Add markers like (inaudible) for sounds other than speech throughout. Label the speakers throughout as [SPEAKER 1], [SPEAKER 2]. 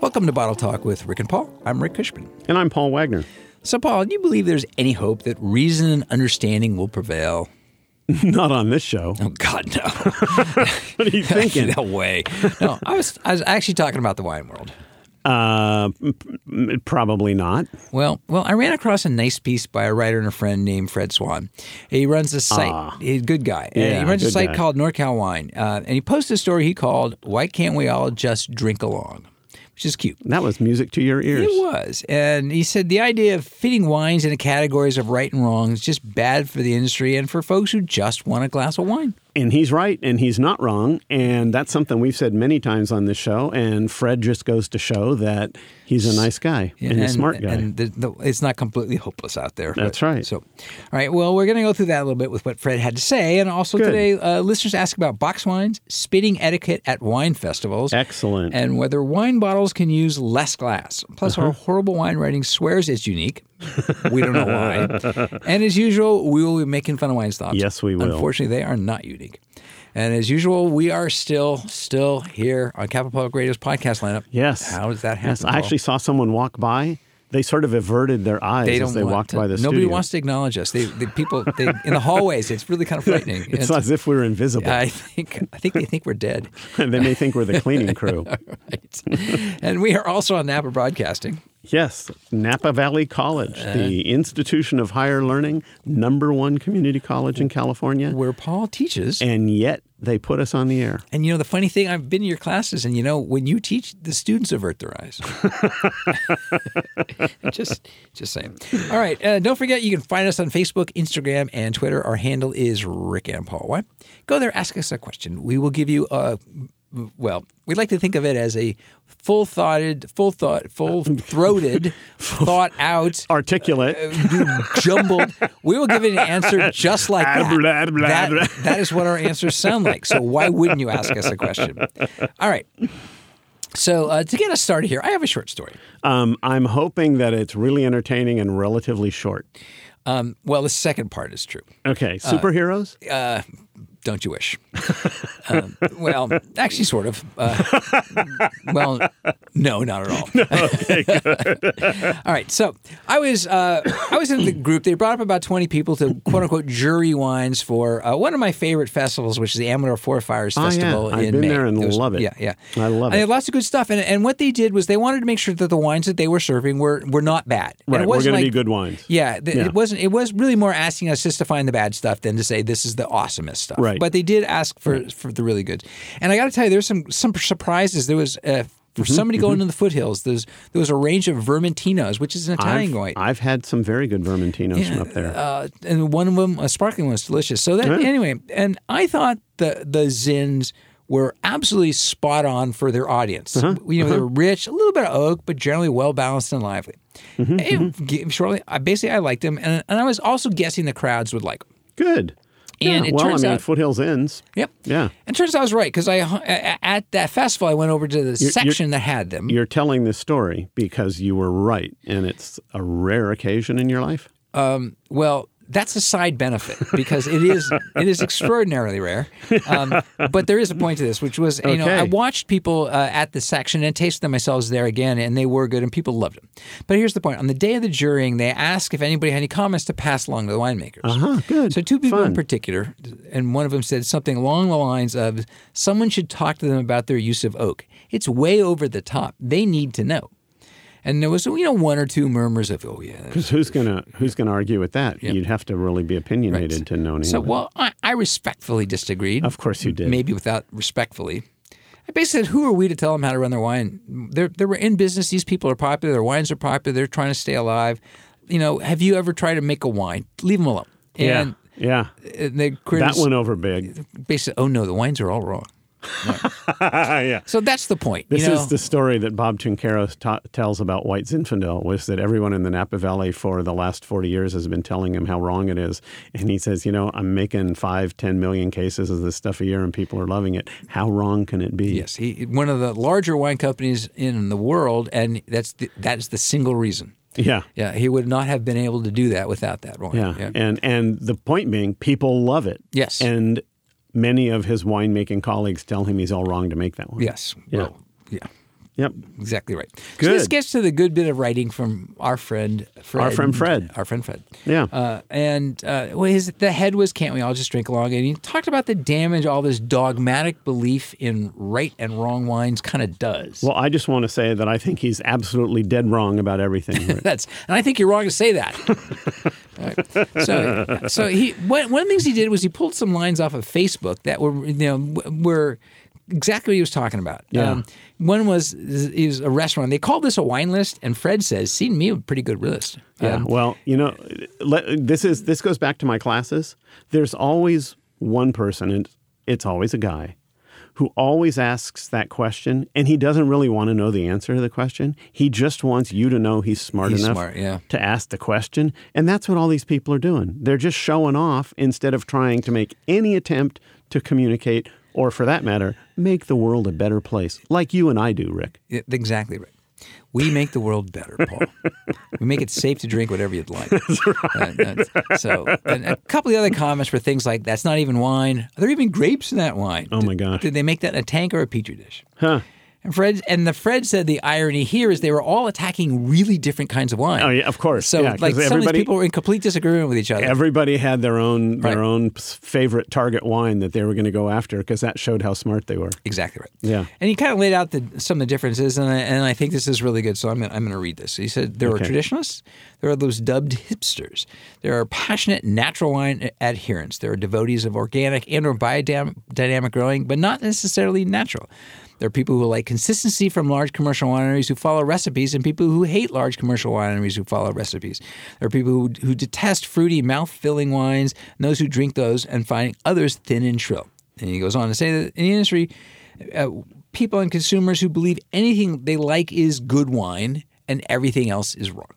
[SPEAKER 1] Welcome to Bottle Talk with Rick and Paul. I'm Rick Cushman.
[SPEAKER 2] And I'm
[SPEAKER 1] (laughs)
[SPEAKER 2] Paul Wagner.
[SPEAKER 1] So, Paul, do you believe there's any hope that reason and understanding will prevail?
[SPEAKER 2] Not on this show.
[SPEAKER 1] Oh God, no!
[SPEAKER 2] (laughs)
[SPEAKER 1] (laughs)
[SPEAKER 2] What are you thinking?
[SPEAKER 1] no way. No, I was I was actually talking about the wine world.
[SPEAKER 2] uh, p- p- probably not.
[SPEAKER 1] Well, well, I ran across a nice piece by a writer and a friend named Fred Swan. He runs a site. He's a good guy. And
[SPEAKER 2] Ah. Yeah,
[SPEAKER 1] he runs a
[SPEAKER 2] good
[SPEAKER 1] site
[SPEAKER 2] guy.
[SPEAKER 1] called NorCal Wine, uh, and he posted a story he called "Why Can't We All Just Drink Along," which is cute.
[SPEAKER 2] That was music to your ears.
[SPEAKER 1] It was. And he said the idea of fitting wines into categories of right and wrong is just bad for the industry and for folks who just want a glass of wine.
[SPEAKER 2] And he's right, and he's not wrong. And that's something we've said many times on this show. And Fred just goes to show that he's a nice guy and, a smart guy.
[SPEAKER 1] And the, the, it's not completely hopeless out there.
[SPEAKER 2] That's right.
[SPEAKER 1] So, all right. Well, we're going to go through that a little bit with what Fred had to say. And also
[SPEAKER 2] Good.
[SPEAKER 1] today, uh, listeners ask about box wines, spitting etiquette at wine festivals.
[SPEAKER 2] Excellent.
[SPEAKER 1] And whether wine bottles can use less glass. Plus, our
[SPEAKER 2] Uh-huh.
[SPEAKER 1] horrible wine writing swears it's unique. We don't know
[SPEAKER 2] (laughs)
[SPEAKER 1] why. and as usual, we will be making fun of wine stops.
[SPEAKER 2] Yes, we will.
[SPEAKER 1] Unfortunately, they are not unique. And as usual, we are still, still here on Capital Public Radio's podcast lineup.
[SPEAKER 2] yes.
[SPEAKER 1] How does that happen?
[SPEAKER 2] Yes, I
[SPEAKER 1] Paul?
[SPEAKER 2] actually saw someone walk by. They sort of averted their eyes
[SPEAKER 1] they
[SPEAKER 2] as
[SPEAKER 1] don't
[SPEAKER 2] they
[SPEAKER 1] want
[SPEAKER 2] walked
[SPEAKER 1] to-
[SPEAKER 2] by the
[SPEAKER 1] nobody
[SPEAKER 2] studio.
[SPEAKER 1] wants to acknowledge us. They, the people they, in the hallways. It's really kind of frightening.
[SPEAKER 2] it's as if we were
[SPEAKER 1] (laughs)
[SPEAKER 2] invisible.
[SPEAKER 1] I think I think they think we're dead. (laughs)
[SPEAKER 2] (laughs) they may think we're the cleaning crew.
[SPEAKER 1] Right. and we are also on Napa Broadcasting.
[SPEAKER 2] Yes, Napa Valley College, the
[SPEAKER 1] Uh-huh.
[SPEAKER 2] institution of higher learning, number one community college in California.
[SPEAKER 1] where Paul teaches. And,
[SPEAKER 2] And yet they put us on the air.
[SPEAKER 1] you know, the funny thing, I've been to your classes, and you know, when you teach, the students avert their eyes. (laughs) just, just saying. All right, uh, don't forget, you can find us on Facebook, Instagram, and Twitter. Our handle is Rick and Paul. Why? Go there, ask us a question. We will give you a. Well, we like to think of it as a full-thoughted, full-thought, full-throated, thought-out,
[SPEAKER 2] Articulate.
[SPEAKER 1] Uh, jumbled. We will give it an answer just like that.
[SPEAKER 2] Blah, blah,
[SPEAKER 1] that.
[SPEAKER 2] blah.
[SPEAKER 1] (laughs) That is what our answers sound like. So why wouldn't you ask us a question? All right. So uh, to get us started here, I have a short story.
[SPEAKER 2] Um, I'm hoping that it's really entertaining and relatively short.
[SPEAKER 1] Um, well, the second part is true.
[SPEAKER 2] Okay,
[SPEAKER 1] Uh,
[SPEAKER 2] superheroes? (laughs)
[SPEAKER 1] Don't you wish? um, well, actually, sort of. Uh, well, no, not at all. (laughs) all right. So I was uh, I was in the (coughs) group. They brought up about twenty people to
[SPEAKER 2] (coughs)
[SPEAKER 1] quote unquote jury wines for uh, one of my favorite festivals, which is the Amador Four Fires
[SPEAKER 2] Oh, yeah.
[SPEAKER 1] Festival.
[SPEAKER 2] I've
[SPEAKER 1] in
[SPEAKER 2] been
[SPEAKER 1] May.
[SPEAKER 2] there and
[SPEAKER 1] was-
[SPEAKER 2] love it.
[SPEAKER 1] Yeah, yeah.
[SPEAKER 2] I love
[SPEAKER 1] They had
[SPEAKER 2] it.
[SPEAKER 1] lots of good stuff. And and what they did was they wanted to make sure that the wines that they were serving were were not bad. And
[SPEAKER 2] right,
[SPEAKER 1] it
[SPEAKER 2] we're
[SPEAKER 1] wasn't
[SPEAKER 2] going to be
[SPEAKER 1] like-
[SPEAKER 2] good wines.
[SPEAKER 1] yeah, th-
[SPEAKER 2] Yeah.
[SPEAKER 1] it wasn't. It was really more asking us just to find the bad stuff than to say this is the awesomest stuff.
[SPEAKER 2] Right.
[SPEAKER 1] But they did ask for for the really good. And I got to tell you, there's some some surprises. There was. Uh, for
[SPEAKER 2] Mm-hmm,
[SPEAKER 1] somebody going to the foothills, there's there was a range of vermentinos, which is an Italian
[SPEAKER 2] I've,
[SPEAKER 1] wine,
[SPEAKER 2] I've had some very good Vermentinos from up there.
[SPEAKER 1] uh, and one of them, a sparkling one, was delicious. So that anyway, and I thought the the zins were absolutely spot on for their audience. You know, they were rich, a little bit of oak, but generally well balanced and lively. And g- Shortly, I basically I liked them, and, and I was also guessing the crowds would like them.
[SPEAKER 2] good.
[SPEAKER 1] and
[SPEAKER 2] yeah,
[SPEAKER 1] it
[SPEAKER 2] well,
[SPEAKER 1] turns
[SPEAKER 2] I mean,
[SPEAKER 1] out-
[SPEAKER 2] Foothills Inns.
[SPEAKER 1] Yep.
[SPEAKER 2] Yeah.
[SPEAKER 1] And turns out I was right because I a- at that festival I went over to the section that had them.
[SPEAKER 2] You're telling this story because you were right, and it's a rare occasion in your life.
[SPEAKER 1] Well, that's a side benefit because it is it is extraordinarily rare. Um, but there is a point to this, which was you know
[SPEAKER 2] Okay.
[SPEAKER 1] I watched people uh, at the section and tasted them myself there again, and they were good, and people loved them. But here's the point: on the day of the jurying, they asked if anybody had any comments to pass along to the winemakers.
[SPEAKER 2] Huh, Uh-huh, good.
[SPEAKER 1] So two people in particular, and one of them said something along the lines of, "Someone should talk to them about their use of oak. It's way over the top. They need to know." And there was you know one or two murmurs of, "Oh yeah,
[SPEAKER 2] Because who's gonna who's gonna argue with that? You'd have to really be opinionated to know anyone.
[SPEAKER 1] So, well, I, I respectfully disagreed.
[SPEAKER 2] of course you did.
[SPEAKER 1] Maybe without respectfully. I basically said, who are we to tell them how to run their wine? They're, they're in business. These people are popular. Their wines are popular. They're trying to stay alive. You know, have you ever tried to make a wine? Leave them alone.
[SPEAKER 2] yeah,
[SPEAKER 1] And,
[SPEAKER 2] yeah.
[SPEAKER 1] and the
[SPEAKER 2] That
[SPEAKER 1] critics
[SPEAKER 2] went over (laughs) big.
[SPEAKER 1] basically, oh no, the wines are all wrong.
[SPEAKER 2] Ah, yeah.
[SPEAKER 1] So that's the point.
[SPEAKER 2] This
[SPEAKER 1] you know?
[SPEAKER 2] is the story that Bob Tuncaros ta- tells about White Zinfandel was that everyone in the Napa Valley for the last 40 years has been telling him how wrong it is. And he says, you know, I'm making five, 10 million cases of this stuff a year and people are loving it. How wrong can it be?
[SPEAKER 1] Yes, he, one of the larger wine companies in the world, and that's the, that is the single reason.
[SPEAKER 2] Yeah.
[SPEAKER 1] Yeah, he would not have been able to do that without that wine.
[SPEAKER 2] Yeah. And and the point being, people love it.
[SPEAKER 1] Yes.
[SPEAKER 2] And many of his winemaking colleagues tell him he's all wrong to make that one.
[SPEAKER 1] Yes. Well, Yeah.
[SPEAKER 2] Yep.
[SPEAKER 1] Exactly right. So
[SPEAKER 2] Good.
[SPEAKER 1] this gets to the good bit of writing from our friend Fred.
[SPEAKER 2] Our friend Fred.
[SPEAKER 1] Our friend Fred.
[SPEAKER 2] Yeah.
[SPEAKER 1] Uh, and uh, well, his, the head was Can't We All Just Drink Along? And he talked about the damage all this dogmatic belief in right and wrong wines kind of does.
[SPEAKER 2] Well, I just want to say that I think he's absolutely dead wrong about everything.
[SPEAKER 1] (laughs) That's and I think you're wrong to say that.
[SPEAKER 2] (laughs)
[SPEAKER 1] All right. So, so he one one of the things he did was he pulled some lines off of Facebook that were you know were exactly what he was talking about. Um,
[SPEAKER 2] Yeah.
[SPEAKER 1] one was is a restaurant. They called this a wine list, and Fred says, "Seen me a pretty good list."
[SPEAKER 2] Yeah.
[SPEAKER 1] Um,
[SPEAKER 2] Uh, well, you know, let, this is this goes back to my classes. There's always one person, and it's always a guy, who always asks that question, and he doesn't really want to know the answer to the question. He just wants you to know he's smart
[SPEAKER 1] He's
[SPEAKER 2] enough
[SPEAKER 1] smart, yeah.
[SPEAKER 2] to ask the question, and that's what all these people are doing. They're just showing off instead of trying to make any attempt to communicate, or for that matter, make the world a better place, like you and I do, Rick.
[SPEAKER 1] yeah, exactly right. We make the world better, Paul. we make it safe to drink whatever you'd
[SPEAKER 2] (laughs)
[SPEAKER 1] like. Uh, uh, so, and a couple of the other comments were things like, "That's not even wine. Are there even grapes in that wine?"
[SPEAKER 2] Oh my gosh.
[SPEAKER 1] Did they make that in a tank or a petri dish?
[SPEAKER 2] Huh.
[SPEAKER 1] And Fred and the Fred said the irony here is they were all attacking really different kinds of wine.
[SPEAKER 2] Oh yeah, of course.
[SPEAKER 1] So
[SPEAKER 2] yeah, 'cause
[SPEAKER 1] like some of these
[SPEAKER 2] everybody-
[SPEAKER 1] people were in complete disagreement with each other.
[SPEAKER 2] Everybody had their own their
[SPEAKER 1] Right.
[SPEAKER 2] own favorite target wine that they were going to go after because that showed how smart they were.
[SPEAKER 1] Exactly right.
[SPEAKER 2] Yeah.
[SPEAKER 1] And he kind of laid out the, some of the differences, and I, and I think this is really good. So I'm gonna, I'm going to read this. He said there
[SPEAKER 2] Okay.
[SPEAKER 1] are traditionalists, there are those dubbed hipsters, there are passionate natural wine adherents, there are devotees of organic and or biodynamic growing, but not necessarily natural. There are people who like consistency from large commercial wineries who follow recipes, and people who hate large commercial wineries who follow recipes. There are people who, who detest fruity, mouth-filling wines, and those who drink those and find others thin and shrill. And he goes on to say that in the industry, uh, people and consumers who believe anything they like is good wine and everything else is wrong.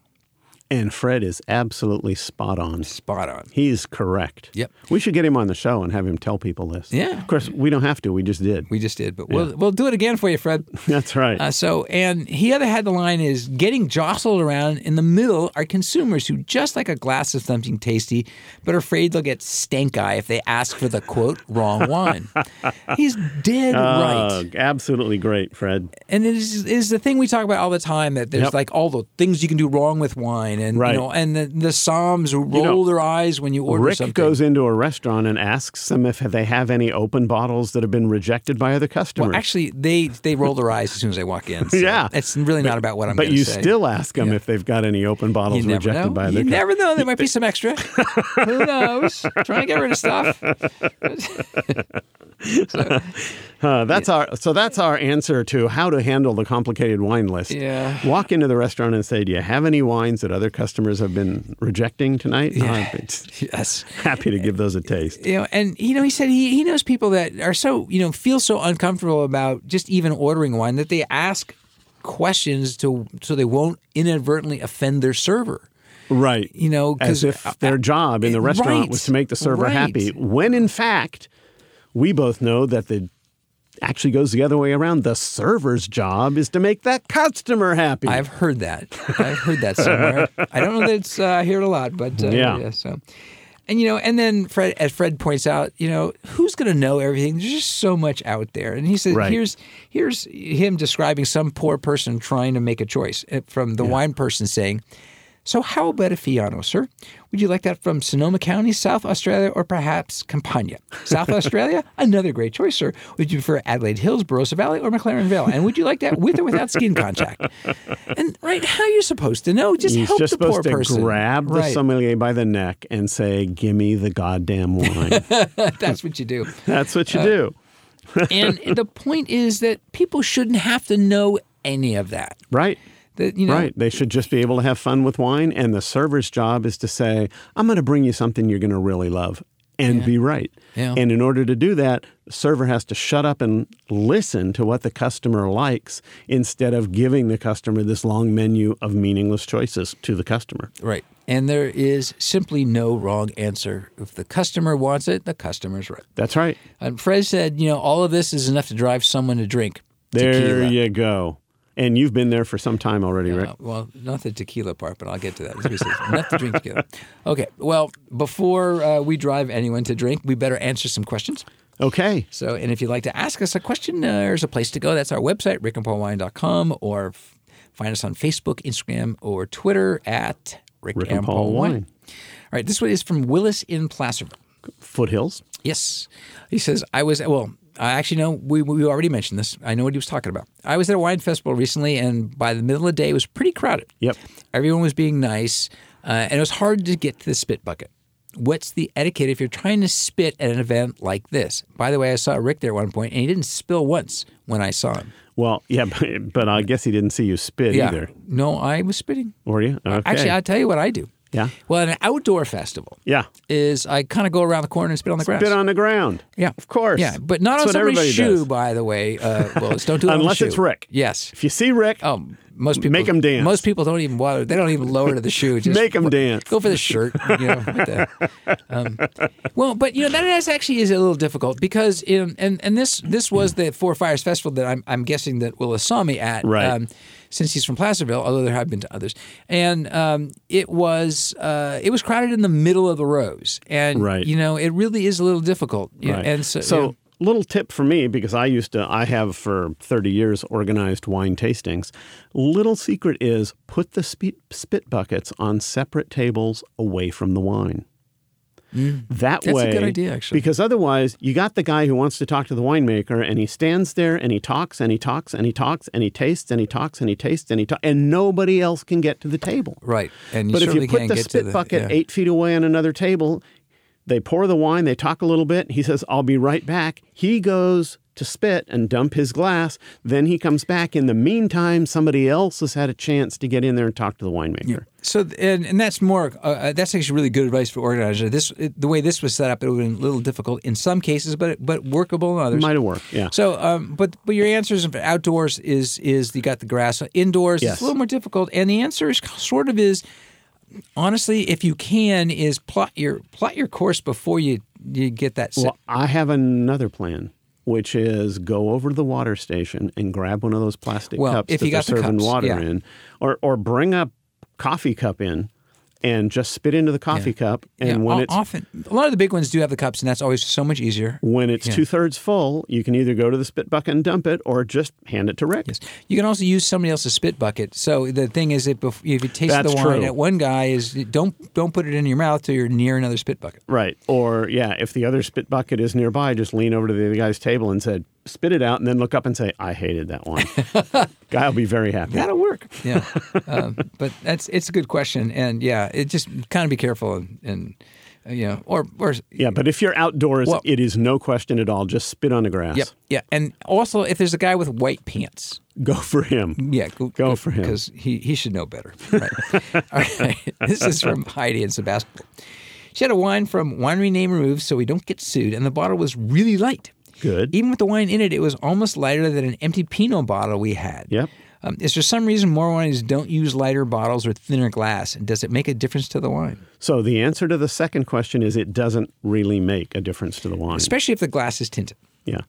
[SPEAKER 2] And Fred is absolutely spot on.
[SPEAKER 1] Spot on.
[SPEAKER 2] He's correct.
[SPEAKER 1] Yep.
[SPEAKER 2] We should get him on the show and have him tell people this.
[SPEAKER 1] Yeah.
[SPEAKER 2] Of course, we don't have to. We just did. (laughs)
[SPEAKER 1] We just did, but we'll we'll do it again for you, Fred.
[SPEAKER 2] That's right.
[SPEAKER 1] Uh, so, and he other had the line is getting jostled around in the middle are consumers who just like a glass of something tasty, but are afraid they'll get stank eye if they ask for the quote
[SPEAKER 2] (laughs)
[SPEAKER 1] wrong wine. He's dead right.
[SPEAKER 2] Oh, absolutely great, Fred.
[SPEAKER 1] and it is, it is the thing we talk about all the time that there's
[SPEAKER 2] Yep.
[SPEAKER 1] like all the things you can do wrong with wine, and
[SPEAKER 2] Right.
[SPEAKER 1] you know, and the, the Psalms who roll
[SPEAKER 2] know,
[SPEAKER 1] their eyes when you order
[SPEAKER 2] Rick
[SPEAKER 1] something.
[SPEAKER 2] goes into a restaurant and asks them if they have any open bottles that have been rejected by other customers.
[SPEAKER 1] well, actually, they they roll their eyes as soon as I walk in. so
[SPEAKER 2] (laughs) Yeah.
[SPEAKER 1] it's really not about what I'm.
[SPEAKER 2] but
[SPEAKER 1] gonna
[SPEAKER 2] you
[SPEAKER 1] say.
[SPEAKER 2] still ask them if they've got any open
[SPEAKER 1] You
[SPEAKER 2] bottles
[SPEAKER 1] never
[SPEAKER 2] rejected
[SPEAKER 1] know.
[SPEAKER 2] by
[SPEAKER 1] you
[SPEAKER 2] other customers.
[SPEAKER 1] never know. There might
[SPEAKER 2] (laughs)
[SPEAKER 1] be some extra. Who knows? Trying to get rid of stuff.
[SPEAKER 2] (laughs) Uh, that's our so that's our answer to how to handle the complicated wine list.
[SPEAKER 1] Yeah.
[SPEAKER 2] Walk into the restaurant and say, "Do you have any wines that other customers have been rejecting tonight?"
[SPEAKER 1] Yeah.
[SPEAKER 2] Uh, it's-
[SPEAKER 1] Yes.
[SPEAKER 2] happy to give those a taste.
[SPEAKER 1] you know, and you know, he said he, he knows people that are so you know feel so uncomfortable about just even ordering wine that they ask questions to so they won't inadvertently offend their server.
[SPEAKER 2] Right.
[SPEAKER 1] You know,
[SPEAKER 2] as
[SPEAKER 1] 'cause-
[SPEAKER 2] if their job in the restaurant
[SPEAKER 1] Right.
[SPEAKER 2] was to make the server
[SPEAKER 1] Right.
[SPEAKER 2] happy, when in fact, we both know that the actually goes the other way around. The server's job is to make that customer happy.
[SPEAKER 1] I've heard that. I've heard that
[SPEAKER 2] (laughs)
[SPEAKER 1] somewhere. I don't know that it's uh, I hear it a lot, but uh,
[SPEAKER 2] Yeah.
[SPEAKER 1] yeah. So, and you know, and then Fred, as Fred points out, you know, who's going to know everything? There's just so much out there. And he said,
[SPEAKER 2] Right.
[SPEAKER 1] here's here's him describing some poor person trying to make a choice uh, from the wine person saying. So, how about a Fiano, sir? Would you like that from Sonoma County, South Australia, or perhaps Campania?
[SPEAKER 2] (laughs)
[SPEAKER 1] South Australia? Another great choice, sir. Would you prefer Adelaide Hills, Barossa Valley, or McLaren Vale? And would you like that with or without skin
[SPEAKER 2] (laughs)
[SPEAKER 1] contact? And, right, how are you supposed to know? Just
[SPEAKER 2] He's
[SPEAKER 1] help
[SPEAKER 2] just
[SPEAKER 1] the poor
[SPEAKER 2] supposed to
[SPEAKER 1] person.
[SPEAKER 2] grab the
[SPEAKER 1] right.
[SPEAKER 2] sommelier by the neck and say, "Give me the goddamn wine."
[SPEAKER 1] (laughs) That's what you do.
[SPEAKER 2] That's what you
[SPEAKER 1] Uh,
[SPEAKER 2] do.
[SPEAKER 1] And (laughs) the point is that people shouldn't have to know any of that.
[SPEAKER 2] Right.
[SPEAKER 1] That you know,
[SPEAKER 2] Right. They should just be able to have fun with wine. And the server's job is to say, I'm going to bring you something you're going to really love and be right.
[SPEAKER 1] Yeah.
[SPEAKER 2] And in order to do that, the server has to shut up and listen to what the customer likes instead of giving the customer this long menu of meaningless choices to the customer.
[SPEAKER 1] right. And there is simply no wrong answer. If the customer wants it, the customer's right.
[SPEAKER 2] That's right.
[SPEAKER 1] And Fred said, you know, all of this is enough to drive someone to drink.
[SPEAKER 2] There
[SPEAKER 1] tequila.
[SPEAKER 2] you go. And you've been there for some time already, Rick.
[SPEAKER 1] Uh, well, not the tequila part, but I'll get to that. That's what he says. enough to drink tequila. Okay. Well, before uh, we drive anyone to drink, we better answer some questions.
[SPEAKER 2] Okay.
[SPEAKER 1] So, and if you'd like to ask us a question, uh, there's a place to go. That's our website, rickandpaulwine.com, or f- find us on Facebook, Instagram, or Twitter at Rick,
[SPEAKER 2] Rick and Paul Wine.
[SPEAKER 1] All right, this one is from Willis in Placerville.
[SPEAKER 2] Foothills.
[SPEAKER 1] Yes. He says, I was, well, I actually know, we, we already mentioned this. I know what he was talking about. I was at a wine festival recently, and by the middle of the day, it was pretty crowded.
[SPEAKER 2] Yep.
[SPEAKER 1] Everyone was being nice, uh, and it was hard to get to the spit bucket. What's the etiquette if you're trying to spit at an event like this? By the way, I saw Rick there at one point, and he didn't spill once when I saw him.
[SPEAKER 2] Well, yeah, (laughs) but, but I guess he didn't see you spit either.
[SPEAKER 1] No, I was spitting.
[SPEAKER 2] Were you? Okay.
[SPEAKER 1] Actually, I'll tell you what I do.
[SPEAKER 2] Yeah.
[SPEAKER 1] Well, at an outdoor festival
[SPEAKER 2] yeah.
[SPEAKER 1] is I kind of go around the corner and spit on the grass.
[SPEAKER 2] Spit on the ground.
[SPEAKER 1] Yeah,
[SPEAKER 2] Of course.
[SPEAKER 1] Yeah, but not
[SPEAKER 2] That's
[SPEAKER 1] on
[SPEAKER 2] what
[SPEAKER 1] somebody's
[SPEAKER 2] everybody
[SPEAKER 1] shoe,
[SPEAKER 2] does.
[SPEAKER 1] by the way. Uh, well, it's- don't do
[SPEAKER 2] (laughs)
[SPEAKER 1] it on
[SPEAKER 2] Unless
[SPEAKER 1] the
[SPEAKER 2] it's
[SPEAKER 1] shoe.
[SPEAKER 2] Rick.
[SPEAKER 1] Yes.
[SPEAKER 2] If you see Rick,
[SPEAKER 1] Oh, most people
[SPEAKER 2] Make 'em dance.
[SPEAKER 1] Most people don't even bother. They don't even lower to the shoe. Just
[SPEAKER 2] Make 'em
[SPEAKER 1] r-
[SPEAKER 2] dance.
[SPEAKER 1] Go for the shirt. You know, with the- um, well, but you know that is actually is a little difficult because in and and this this was the Four Fires Festival that I'm I'm guessing that Willis saw me at. um,
[SPEAKER 2] Right.
[SPEAKER 1] since he's from Placerville, although there have been to others, and um, it was uh, it was crowded in the middle of the rows, and
[SPEAKER 2] Right.
[SPEAKER 1] you know it really is a little difficult. you know,
[SPEAKER 2] Right.
[SPEAKER 1] And so, you know,
[SPEAKER 2] little tip for me because I used to, I have for 30 years organized wine tastings. Little secret is put the spit, spit buckets on separate tables away from the wine. that
[SPEAKER 1] Mm. that's
[SPEAKER 2] way,
[SPEAKER 1] a good idea, actually.
[SPEAKER 2] Because otherwise, you got the guy who wants to talk to the winemaker, and he stands there and he talks and he talks and he talks and he tastes and he talks and he tastes and he talks, and nobody else can get to the table.
[SPEAKER 1] right, and you
[SPEAKER 2] But if
[SPEAKER 1] certainly
[SPEAKER 2] you put
[SPEAKER 1] can't
[SPEAKER 2] the
[SPEAKER 1] get to
[SPEAKER 2] spit
[SPEAKER 1] the
[SPEAKER 2] bucket
[SPEAKER 1] yeah.
[SPEAKER 2] eight feet away on another table, they pour the wine, they talk a little bit. He says, I'll be right back. He goes to spit and dump his glass. Then he comes back. In the meantime, somebody else has had a chance to get in there and talk to the winemaker.
[SPEAKER 1] So th- and and that's more uh, uh, that's actually really good advice for organizers. This it, the way this was set up, it would have been a little difficult in some cases, but but workable in others.
[SPEAKER 2] It might have worked. Yeah.
[SPEAKER 1] so, um, but but your answers for outdoors is is you got the grass. Indoors,
[SPEAKER 2] Yes.
[SPEAKER 1] it's a little more difficult, and the answer is sort of is honestly, if you can, is plot your plot your course before you you get that. Set.
[SPEAKER 2] Well, I have another plan, which is go over to the water station and grab one of those plastic
[SPEAKER 1] Well,
[SPEAKER 2] cups
[SPEAKER 1] if
[SPEAKER 2] that
[SPEAKER 1] you got
[SPEAKER 2] they're
[SPEAKER 1] the
[SPEAKER 2] serving
[SPEAKER 1] cups,
[SPEAKER 2] water
[SPEAKER 1] yeah.
[SPEAKER 2] in, or or bring a coffee cup in, and just spit into the coffee cup. And
[SPEAKER 1] Yeah,
[SPEAKER 2] when
[SPEAKER 1] o-
[SPEAKER 2] it's
[SPEAKER 1] often a lot of the big ones do have the cups, and that's always so much easier.
[SPEAKER 2] when it's two thirds full, you can either go to the spit bucket and dump it, or just hand it to Rick.
[SPEAKER 1] Yes. You can also use somebody else's spit bucket. So the thing is, that bef- if you taste
[SPEAKER 2] That's
[SPEAKER 1] the wine
[SPEAKER 2] true.
[SPEAKER 1] at one guy, is don't don't put it in your mouth till you're near another spit bucket.
[SPEAKER 2] Right. Or yeah, if the other spit bucket is nearby, just lean over to the other guy's table and said, spit it out, and then look up and say, I hated that
[SPEAKER 1] (laughs)
[SPEAKER 2] one. Guy will be very happy.
[SPEAKER 1] That'll work.
[SPEAKER 2] (laughs)
[SPEAKER 1] Yeah, um, but that's it's a good question, and yeah, it just kind of be careful and, and uh, you know, or or
[SPEAKER 2] Yeah, but if you're outdoors,
[SPEAKER 1] Well-
[SPEAKER 2] it is no question at all. Just spit on the grass.
[SPEAKER 1] yep, yeah, and also if there's a guy with white pants,
[SPEAKER 2] Go for him.
[SPEAKER 1] Yeah, go,
[SPEAKER 2] Go for him.
[SPEAKER 1] because he, he should know better. Right. (laughs) All right. This is from Heidi and Sebastopol. She had a wine from winery name removed, so we don't get sued, and the bottle was really light.
[SPEAKER 2] Good.
[SPEAKER 1] Even with the wine in it, it was almost lighter than an empty Pinot bottle we had.
[SPEAKER 2] Yep.
[SPEAKER 1] Um, is there some reason more wines don't use lighter bottles or thinner glass, and does it make a difference to the wine,
[SPEAKER 2] So the answer to the second question is it doesn't really make a difference to the wine.
[SPEAKER 1] especially if the glass is tinted?
[SPEAKER 2] Yeah.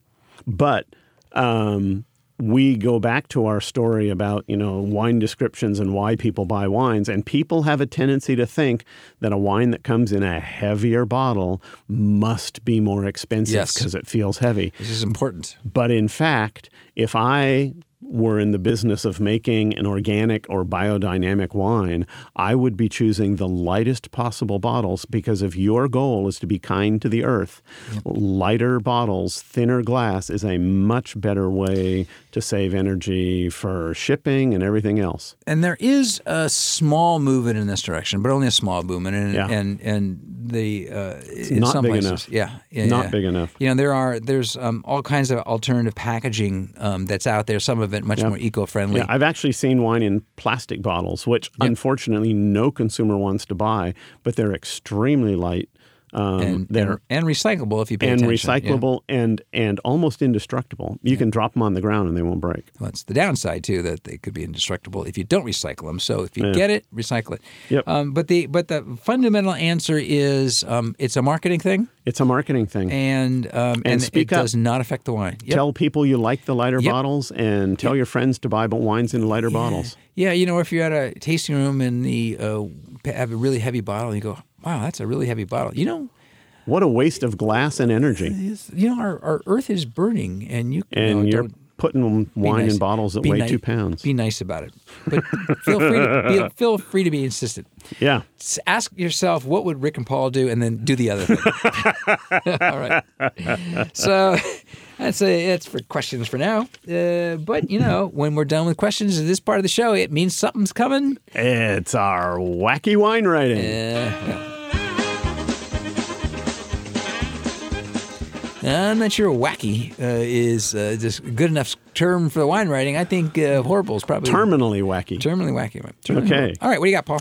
[SPEAKER 2] But um, we go back to our story about, you know, wine descriptions and why people buy wines. And people have a tendency to think that a wine that comes in a heavier bottle must be more expensive
[SPEAKER 1] Yes.
[SPEAKER 2] because it feels heavy.
[SPEAKER 1] This is important.
[SPEAKER 2] But in fact, if I were in the business of making an organic or biodynamic wine, I would be choosing the lightest possible bottles because if your goal is to be kind to the earth, lighter bottles, thinner glass is a much better way to save energy for shipping and everything else.
[SPEAKER 1] and there is a small movement in this direction, but only a small movement, and
[SPEAKER 2] Yeah.
[SPEAKER 1] and and the uh, in
[SPEAKER 2] not
[SPEAKER 1] some
[SPEAKER 2] big
[SPEAKER 1] places,
[SPEAKER 2] enough.
[SPEAKER 1] yeah, yeah,
[SPEAKER 2] Not
[SPEAKER 1] yeah.
[SPEAKER 2] big enough.
[SPEAKER 1] You know, there are there's um, all kinds of alternative packaging um, that's out there. Some of it much more eco-friendly.
[SPEAKER 2] Yeah, I've actually seen wine in plastic bottles, which unfortunately no consumer wants to buy, but they're extremely light. Um,
[SPEAKER 1] and,
[SPEAKER 2] they're
[SPEAKER 1] and, and recyclable if you pay
[SPEAKER 2] and
[SPEAKER 1] attention. yeah.
[SPEAKER 2] recyclable and and almost indestructible. You can drop them on the ground and they won't break.
[SPEAKER 1] Well, that's the downside too that they could be indestructible if you don't recycle them. So if you get it, recycle it.
[SPEAKER 2] Yep.
[SPEAKER 1] Um, but the but the fundamental answer is um, it's a marketing thing,
[SPEAKER 2] It's a marketing thing.
[SPEAKER 1] and um, and,
[SPEAKER 2] speak
[SPEAKER 1] it
[SPEAKER 2] up.
[SPEAKER 1] does not affect the wine. Yep.
[SPEAKER 2] Tell people you like the lighter
[SPEAKER 1] Yep.
[SPEAKER 2] bottles and tell your friends to buy wines in lighter bottles.
[SPEAKER 1] Yeah, you know, if you're at a tasting room and the uh, have a really heavy bottle, and you go, "Wow, that's a really heavy bottle." You know,
[SPEAKER 2] What a waste of glass and energy.
[SPEAKER 1] It's- You know, our, our Earth is burning, and you
[SPEAKER 2] And
[SPEAKER 1] no,
[SPEAKER 2] you're
[SPEAKER 1] don't-
[SPEAKER 2] putting
[SPEAKER 1] be
[SPEAKER 2] wine
[SPEAKER 1] nice.
[SPEAKER 2] in bottles that
[SPEAKER 1] Be
[SPEAKER 2] weigh
[SPEAKER 1] ni-
[SPEAKER 2] two pounds.
[SPEAKER 1] Be nice about it, but feel free to
[SPEAKER 2] (laughs)
[SPEAKER 1] be, feel free to be insistent.
[SPEAKER 2] yeah.
[SPEAKER 1] S- Ask yourself what would Rick and Paul do, and then do the other thing. (laughs) All right. So (laughs) that's a, that's for questions for now. Uh, but you know, when we're done with questions in this part of the show, it means something's coming.
[SPEAKER 2] It's our wacky wine writing.
[SPEAKER 1] I'm not sure wacky uh, is uh, just a good enough term for the wine writing. I think uh, horrible is probably
[SPEAKER 2] Terminally wacky.
[SPEAKER 1] terminally wacky. Terminally
[SPEAKER 2] Okay.
[SPEAKER 1] wacky. All right, what do you got, Paul?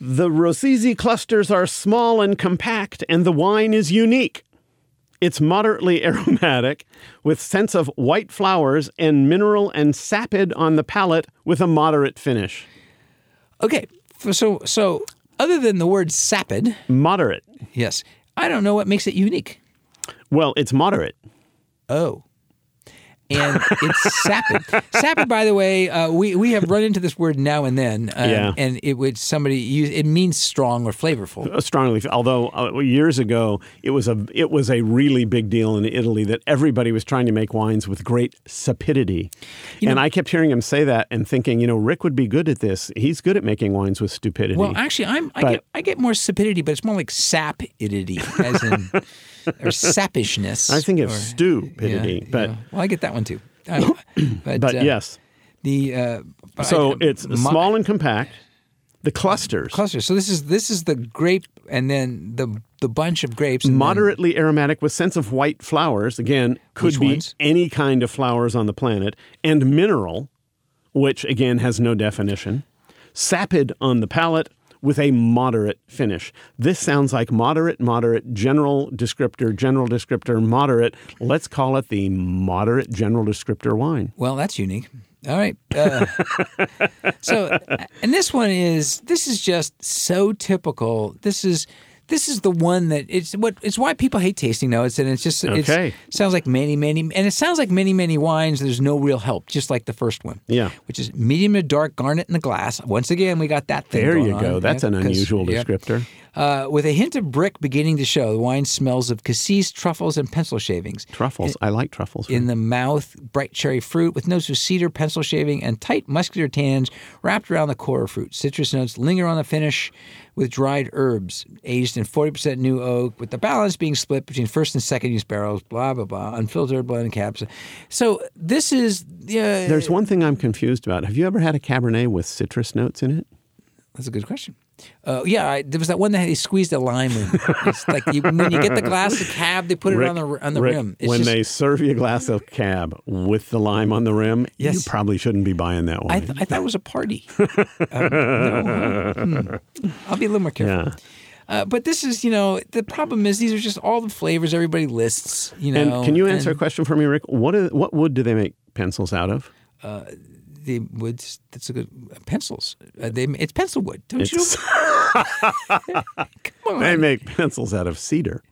[SPEAKER 2] The Rossisi clusters are small and compact, and the wine is unique. It's moderately (laughs) aromatic, with sense of white flowers and mineral and sapid on the palate, with a moderate finish.
[SPEAKER 1] Okay, f- so so other than the word sapid,
[SPEAKER 2] Moderate.
[SPEAKER 1] yes, I don't know what makes it unique.
[SPEAKER 2] Well, it's moderate.
[SPEAKER 1] Oh. And it's sapid. sapid, by the way, uh, we we have run into this word now and then, um,
[SPEAKER 2] Yeah.
[SPEAKER 1] and it would somebody use it means strong or flavorful.
[SPEAKER 2] Uh, strongly although uh, years ago it was a it was a really big deal in Italy that everybody was trying to make wines with great sapidity and I kept hearing him say that and thinking you know Rick would be good at this he's good at making wines with stupidity
[SPEAKER 1] Well, actually, I'm I
[SPEAKER 2] But-
[SPEAKER 1] get I get more sapidity, but it's more like sapidity, as in
[SPEAKER 2] (laughs)
[SPEAKER 1] or sappishness.
[SPEAKER 2] I think of
[SPEAKER 1] or- yeah,
[SPEAKER 2] stupidity but
[SPEAKER 1] yeah. well, I get that one
[SPEAKER 2] (clears throat)
[SPEAKER 1] too. Um, but
[SPEAKER 2] but
[SPEAKER 1] uh,
[SPEAKER 2] yes
[SPEAKER 1] the uh, but I-
[SPEAKER 2] so it's
[SPEAKER 1] my-
[SPEAKER 2] small and compact the clusters
[SPEAKER 1] cluster. So this is this is the grape, and then the the bunch of grapes. and then-
[SPEAKER 2] moderately aromatic with sense of white flowers again could
[SPEAKER 1] Which
[SPEAKER 2] be
[SPEAKER 1] ones?
[SPEAKER 2] any kind of flowers on the planet and mineral which again has no definition sapid on the palate with a moderate finish this sounds like moderate moderate general descriptor general descriptor moderate let's call it the moderate general descriptor wine
[SPEAKER 1] well, that's unique. All right.
[SPEAKER 2] (laughs)
[SPEAKER 1] Uh, so, and this one is this is just so typical. This is. This is the one that it's what it's why people hate tasting notes, and it's just it's,
[SPEAKER 2] Okay.
[SPEAKER 1] sounds like many many and it sounds like many many wines. There's no real help, just like the first one.
[SPEAKER 2] Yeah.
[SPEAKER 1] which is medium to dark garnet in the glass. Once again, we got that thing.
[SPEAKER 2] there
[SPEAKER 1] going
[SPEAKER 2] you
[SPEAKER 1] on,
[SPEAKER 2] go
[SPEAKER 1] yeah,
[SPEAKER 2] that's an
[SPEAKER 1] 'cause-
[SPEAKER 2] unusual
[SPEAKER 1] yep.
[SPEAKER 2] descriptor
[SPEAKER 1] Uh, with a hint of brick beginning to show, the wine smells of cassis, truffles, and pencil shavings.
[SPEAKER 2] truffles i like truffles
[SPEAKER 1] In the mouth, bright cherry fruit with notes of cedar, pencil shaving, and tight muscular tannins wrapped around the core of fruit. Citrus notes linger on the finish with dried herbs, aged in 40% new oak, with the balance being split between first and second use barrels, blah, blah, blah, unfiltered blend caps. So this is, yeah,
[SPEAKER 2] there's one thing i'm confused about have you ever had a cabernet with citrus notes in it
[SPEAKER 1] That's a good question. Uh, yeah, I, there was that one that they squeezed a lime in. It's like you, when you get the glass of cab, they put it on the on the
[SPEAKER 2] Rick,
[SPEAKER 1] rim. It's
[SPEAKER 2] when
[SPEAKER 1] just,
[SPEAKER 2] they serve you a glass of cab with the lime on the rim,
[SPEAKER 1] Yes.
[SPEAKER 2] you probably shouldn't be buying that one.
[SPEAKER 1] I, th- I thought it was a
[SPEAKER 2] (laughs)
[SPEAKER 1] party. Um, no, huh? Hmm. I'll be a little more careful.
[SPEAKER 2] yeah.
[SPEAKER 1] Uh, but this is, you know, the problem is these are just all the flavors everybody lists. You
[SPEAKER 2] And
[SPEAKER 1] know,
[SPEAKER 2] can you answer a
[SPEAKER 1] and
[SPEAKER 2] question for me, Rick? What is, what wood do they make pencils out of?
[SPEAKER 1] the woods? That's a good pencils. Uh, they it's pencil wood, don't you?
[SPEAKER 2] It's-
[SPEAKER 1] (laughs) Come on.
[SPEAKER 2] they make pencils out of cedar.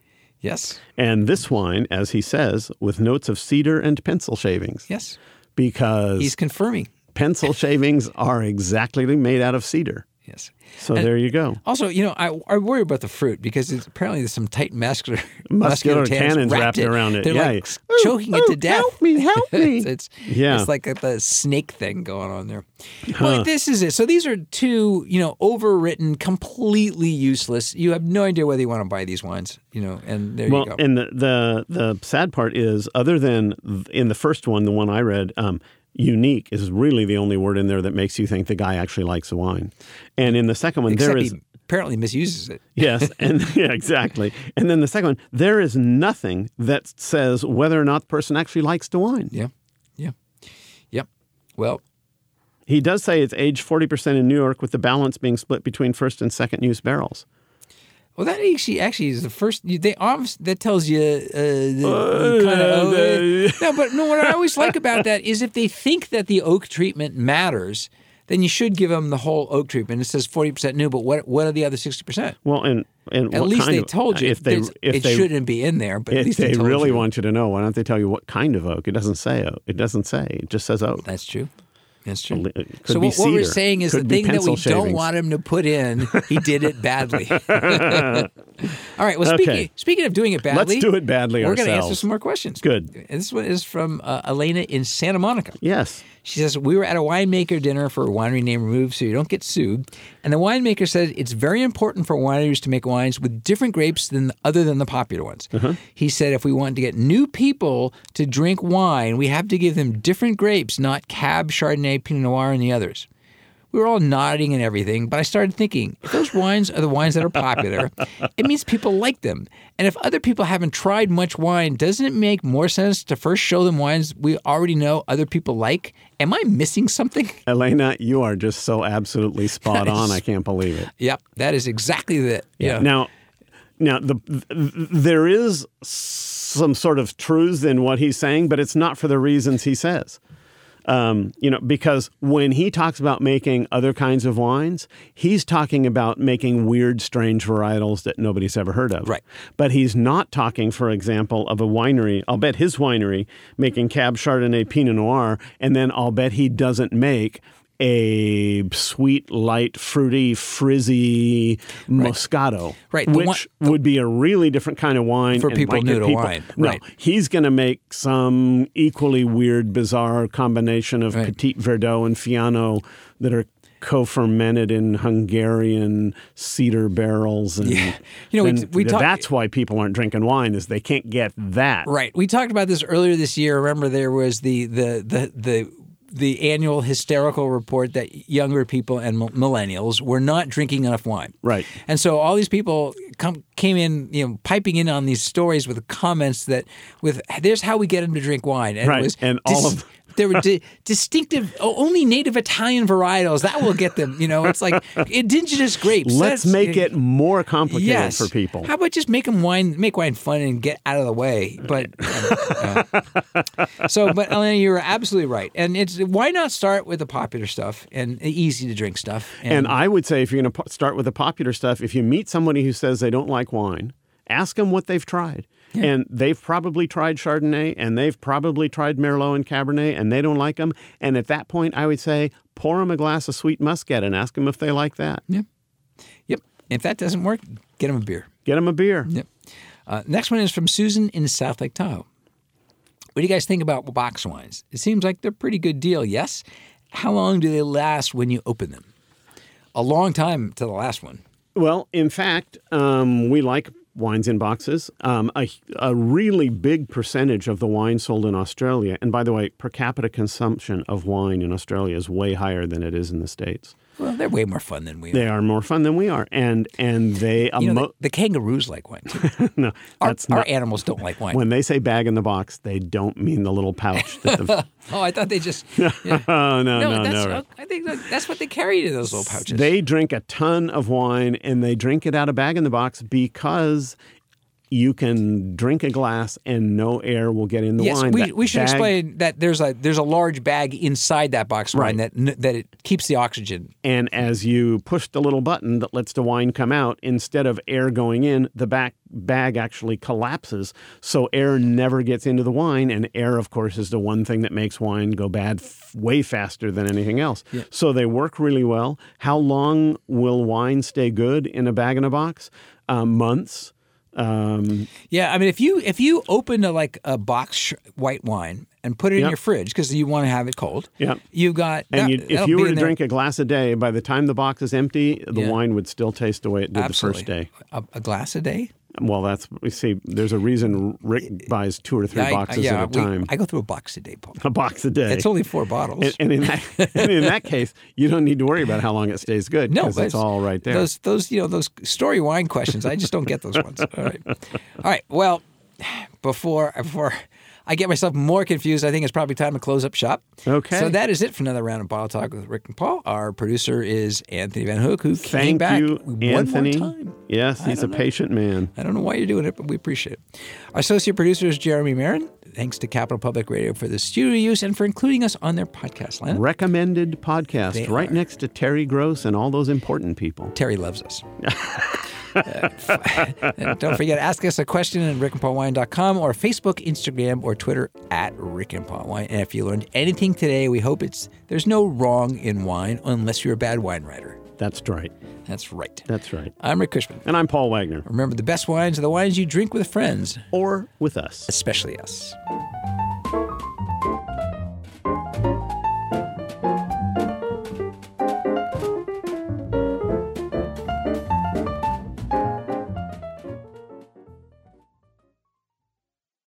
[SPEAKER 1] yes,
[SPEAKER 2] And this wine, as he says, with notes of cedar and pencil shavings.
[SPEAKER 1] yes.
[SPEAKER 2] Because
[SPEAKER 1] He's confirming.
[SPEAKER 2] pencil shavings are exactly made out of cedar.
[SPEAKER 1] Yes.
[SPEAKER 2] So there you go.
[SPEAKER 1] Also, you know, I, I worry about the fruit because it's, apparently there's some tight muscular
[SPEAKER 2] (laughs) Muscular tannins wrapped
[SPEAKER 1] in.
[SPEAKER 2] around it.
[SPEAKER 1] They're
[SPEAKER 2] Yeah.
[SPEAKER 1] like
[SPEAKER 2] Ooh,
[SPEAKER 1] choking it
[SPEAKER 2] ooh,
[SPEAKER 1] to death.
[SPEAKER 2] help
[SPEAKER 1] (laughs)
[SPEAKER 2] me, help me.
[SPEAKER 1] it's, it's,
[SPEAKER 2] Yeah.
[SPEAKER 1] it's like the snake thing going on there. Well, this is it. So these are two, you know, overwritten, completely useless. You have no idea whether you want to buy these wines, you know, and there
[SPEAKER 2] Well,
[SPEAKER 1] you go.
[SPEAKER 2] and the, the the sad part is, other than th- in the first one, the one I read, um, unique is really the only word in there that makes you think the guy actually likes wine. And in the second one,
[SPEAKER 1] Except
[SPEAKER 2] there is
[SPEAKER 1] he apparently misuses it.
[SPEAKER 2] (laughs) yes, and yeah, exactly. And then the second one, there is nothing that says whether or not the person actually likes the wine.
[SPEAKER 1] Yeah. Yeah. Yep. Well,
[SPEAKER 2] He does say it's aged forty percent in New York, with the balance being split between first and second use barrels.
[SPEAKER 1] Well, that actually actually is the first. you- They obvi- that tells you uh, the, kind of no, but no. What I always like about that is if they think that the oak treatment matters, then you should give them the whole oak treatment. It says forty percent new, but what what are the other sixty percent?
[SPEAKER 2] Well, and and
[SPEAKER 1] At
[SPEAKER 2] what
[SPEAKER 1] least
[SPEAKER 2] kind
[SPEAKER 1] they
[SPEAKER 2] of-
[SPEAKER 1] told you
[SPEAKER 2] if they
[SPEAKER 1] It's-
[SPEAKER 2] if
[SPEAKER 1] it
[SPEAKER 2] they
[SPEAKER 1] shouldn't be in there, but at
[SPEAKER 2] If
[SPEAKER 1] least
[SPEAKER 2] they,
[SPEAKER 1] told
[SPEAKER 2] really
[SPEAKER 1] you.
[SPEAKER 2] want you to know, why don't they tell you what kind of oak? It doesn't say oak. It doesn't say. It just says oak.
[SPEAKER 1] That's true. That's true.
[SPEAKER 2] It could
[SPEAKER 1] so
[SPEAKER 2] be
[SPEAKER 1] what, what we're
[SPEAKER 2] cedar.
[SPEAKER 1] saying is
[SPEAKER 2] Could
[SPEAKER 1] the
[SPEAKER 2] be
[SPEAKER 1] thing that we
[SPEAKER 2] pencil
[SPEAKER 1] don't
[SPEAKER 2] shavings.
[SPEAKER 1] want him to put in, he did it
[SPEAKER 2] (laughs)
[SPEAKER 1] badly. (laughs) All right. Well,
[SPEAKER 2] Okay.
[SPEAKER 1] speaking speaking of doing it badly,
[SPEAKER 2] Let's do it badly
[SPEAKER 1] We're gonna answer
[SPEAKER 2] ourselves.
[SPEAKER 1] some more questions.
[SPEAKER 2] Good.
[SPEAKER 1] This one is from uh, Elena in Santa Monica.
[SPEAKER 2] Yes.
[SPEAKER 1] She says, We were at a winemaker dinner for a winery name removed so you don't get sued. And the winemaker said it's very important for wineries to make wines with different grapes than other than the popular ones.
[SPEAKER 2] Uh-huh.
[SPEAKER 1] He said if we want to get new people to drink wine, we have to give them different grapes, not Cab, Chardonnay, Pinot Noir, and the others. We were all nodding and everything, but I started thinking if those wines are the wines that are popular, it means people like them. And if other people haven't tried much wine, doesn't it make more sense to first show them wines we already know other people like? Am I missing something? (laughs)
[SPEAKER 2] Elena, you are just so absolutely spot on. I can't believe it.
[SPEAKER 1] Yep, that is exactly that. Yeah.
[SPEAKER 2] Now, now the, th- th- there is some sort of truth in what he's saying, but it's not for the reasons he says. Um, you know, because when he talks about making other kinds of wines, he's talking about making weird, strange varietals that nobody's ever heard of.
[SPEAKER 1] Right.
[SPEAKER 2] But he's not talking, for example, of a winery. I'll bet his winery making Cab Chardonnay Pinot Noir, and then I'll bet he doesn't make a sweet, light, fruity, frizzy Moscato,
[SPEAKER 1] Right, the wi-
[SPEAKER 2] Which would be a really different kind of wine
[SPEAKER 1] For
[SPEAKER 2] and
[SPEAKER 1] people
[SPEAKER 2] might
[SPEAKER 1] new
[SPEAKER 2] get
[SPEAKER 1] to wine,
[SPEAKER 2] No,
[SPEAKER 1] right.
[SPEAKER 2] he's going to make some equally weird, bizarre combination of
[SPEAKER 1] Right.
[SPEAKER 2] Petit Verdot and Fiano that are co-fermented in Hungarian cedar barrels, and
[SPEAKER 1] Yeah. You know, we-
[SPEAKER 2] and
[SPEAKER 1] we talk-
[SPEAKER 2] that's why people aren't drinking wine is they can't get that.
[SPEAKER 1] Right. We talked about this earlier this year. Remember, there was the the the the the annual hysterical report that younger people and mil- millennials were not drinking enough wine.
[SPEAKER 2] Right.
[SPEAKER 1] And so all these people come came in, you know, piping in on these stories with comments that with there's how we get them to drink wine. And
[SPEAKER 2] Right.
[SPEAKER 1] it was
[SPEAKER 2] And all of-
[SPEAKER 1] (laughs) there were di- distinctive o- only native Italian varietals that will get them, you know. It's
[SPEAKER 2] (laughs)
[SPEAKER 1] like indigenous grapes.
[SPEAKER 2] Let's
[SPEAKER 1] That's-
[SPEAKER 2] make it more complicated
[SPEAKER 1] yes
[SPEAKER 2] for people.
[SPEAKER 1] How about just make them wine, make wine fun, and get out of the way? But um, uh, so, but Elena, you're absolutely right, and it's why not start with the popular stuff and easy to drink stuff?
[SPEAKER 2] And I would say if you're going to start with the popular stuff, if you meet somebody who says they don't like wine, ask them what they've tried. And they've probably tried Chardonnay and they've probably tried Merlot and Cabernet and they don't like them. And at that point, I would say pour them a glass of sweet muscat and ask them if they like that.
[SPEAKER 1] yep, if that doesn't work, get them a beer.
[SPEAKER 2] Get them a beer.
[SPEAKER 1] Yep. Uh, next one is from Susan in South Lake Tahoe. What do you guys think about box wines? It seems like they're a pretty good deal. Yes. How long do they last when you open them? A long time to the last one.
[SPEAKER 2] Well, in fact, um, we like wines in boxes. Um, a, a really big percentage of the wine sold in Australia, and by the way, per capita consumption of wine in Australia is way higher than it is in the States.
[SPEAKER 1] Well, they're way more fun than we are.
[SPEAKER 2] They are more fun than we are, and and they
[SPEAKER 1] You know,
[SPEAKER 2] emo-
[SPEAKER 1] the, the kangaroos like wine. Too.
[SPEAKER 2] (laughs) no.
[SPEAKER 1] Our,
[SPEAKER 2] That's
[SPEAKER 1] our
[SPEAKER 2] not
[SPEAKER 1] animals don't like wine.
[SPEAKER 2] when they say bag in the box. They don't mean the little pouch.
[SPEAKER 1] (laughs)
[SPEAKER 2] That the, (laughs)
[SPEAKER 1] Oh, I thought they just. Yeah.
[SPEAKER 2] oh no
[SPEAKER 1] No,
[SPEAKER 2] no
[SPEAKER 1] that's,
[SPEAKER 2] no.
[SPEAKER 1] I think that, that's what they carried in those little pouches.
[SPEAKER 2] They drink a ton of wine, and they drink it out of bag in the box because. You can drink a glass and no air will get in the
[SPEAKER 1] yes,
[SPEAKER 2] wine.
[SPEAKER 1] we,
[SPEAKER 2] That
[SPEAKER 1] we should
[SPEAKER 2] bag-
[SPEAKER 1] explain that there's a there's a large bag inside that box of wine
[SPEAKER 2] Right.
[SPEAKER 1] that n- that it keeps the oxygen.
[SPEAKER 2] And as you push the little button that lets the wine come out, instead of air going in, the back bag actually collapses. So air never gets into the wine. And air, of course, is the one thing that makes wine go bad f- way faster than anything else. So they work really well. How long will wine stay good in a bag in a box? Um, months. Um,
[SPEAKER 1] Yeah, I mean if you if you open a, like a box sh- white wine and put it in
[SPEAKER 2] Yep.
[SPEAKER 1] your fridge because you want to have it cold.
[SPEAKER 2] Yep.
[SPEAKER 1] You've got
[SPEAKER 2] and
[SPEAKER 1] that-
[SPEAKER 2] you, if
[SPEAKER 1] that'll
[SPEAKER 2] you
[SPEAKER 1] be
[SPEAKER 2] were
[SPEAKER 1] in
[SPEAKER 2] to
[SPEAKER 1] there.
[SPEAKER 2] drink a glass a day, by the time the box is empty, the
[SPEAKER 1] Yeah.
[SPEAKER 2] wine would still taste the way it did
[SPEAKER 1] Absolutely.
[SPEAKER 2] the first day.
[SPEAKER 1] a, a glass a day.
[SPEAKER 2] Well, that's we see. There's a reason Rick buys two or three
[SPEAKER 1] I- I-
[SPEAKER 2] boxes
[SPEAKER 1] yeah,
[SPEAKER 2] at a
[SPEAKER 1] we-
[SPEAKER 2] time,
[SPEAKER 1] I go through a box a day, Paul.
[SPEAKER 2] a box a day.
[SPEAKER 1] It's only four bottles.
[SPEAKER 2] and, and in that,
[SPEAKER 1] (laughs)
[SPEAKER 2] and in that case, you don't need to worry about how long it stays good
[SPEAKER 1] No,
[SPEAKER 2] because
[SPEAKER 1] but
[SPEAKER 2] it's all right there.
[SPEAKER 1] Those, those, you know, those story wine questions. I just don't get those ones. All right, all right. Well, before before I get myself more confused, I think it's probably time to close up shop.
[SPEAKER 2] Okay.
[SPEAKER 1] So that is it for another round of bottle talk with Rick and Paul. Our producer is Anthony Van Hook, who came
[SPEAKER 2] Thank
[SPEAKER 1] back
[SPEAKER 2] you,
[SPEAKER 1] one
[SPEAKER 2] Anthony.
[SPEAKER 1] more time.
[SPEAKER 2] Yes, he's a patient man.
[SPEAKER 1] I don't know why you're doing it, but we appreciate it. Our associate producer is Jeremy Marin. Thanks to Capital Public Radio for the studio use and for including us on their podcast lineup.
[SPEAKER 2] Recommended podcast right
[SPEAKER 1] are. (laughs)
[SPEAKER 2] next to Terry Gross and all those important people.
[SPEAKER 1] Terry loves us. Uh, and don't forget, ask us a question at rickandpaulwine.com or Facebook, Instagram, or Twitter at Rick and Paul Wine. And if you learned anything today, we hope it's there's no wrong in wine unless you're a bad wine writer.
[SPEAKER 2] That's right.
[SPEAKER 1] That's right.
[SPEAKER 2] That's right.
[SPEAKER 1] I'm Rick Cushman.
[SPEAKER 2] And I'm Paul Wagner.
[SPEAKER 1] Remember, the best wines are the wines you drink with friends,
[SPEAKER 2] Or with us.
[SPEAKER 1] especially us.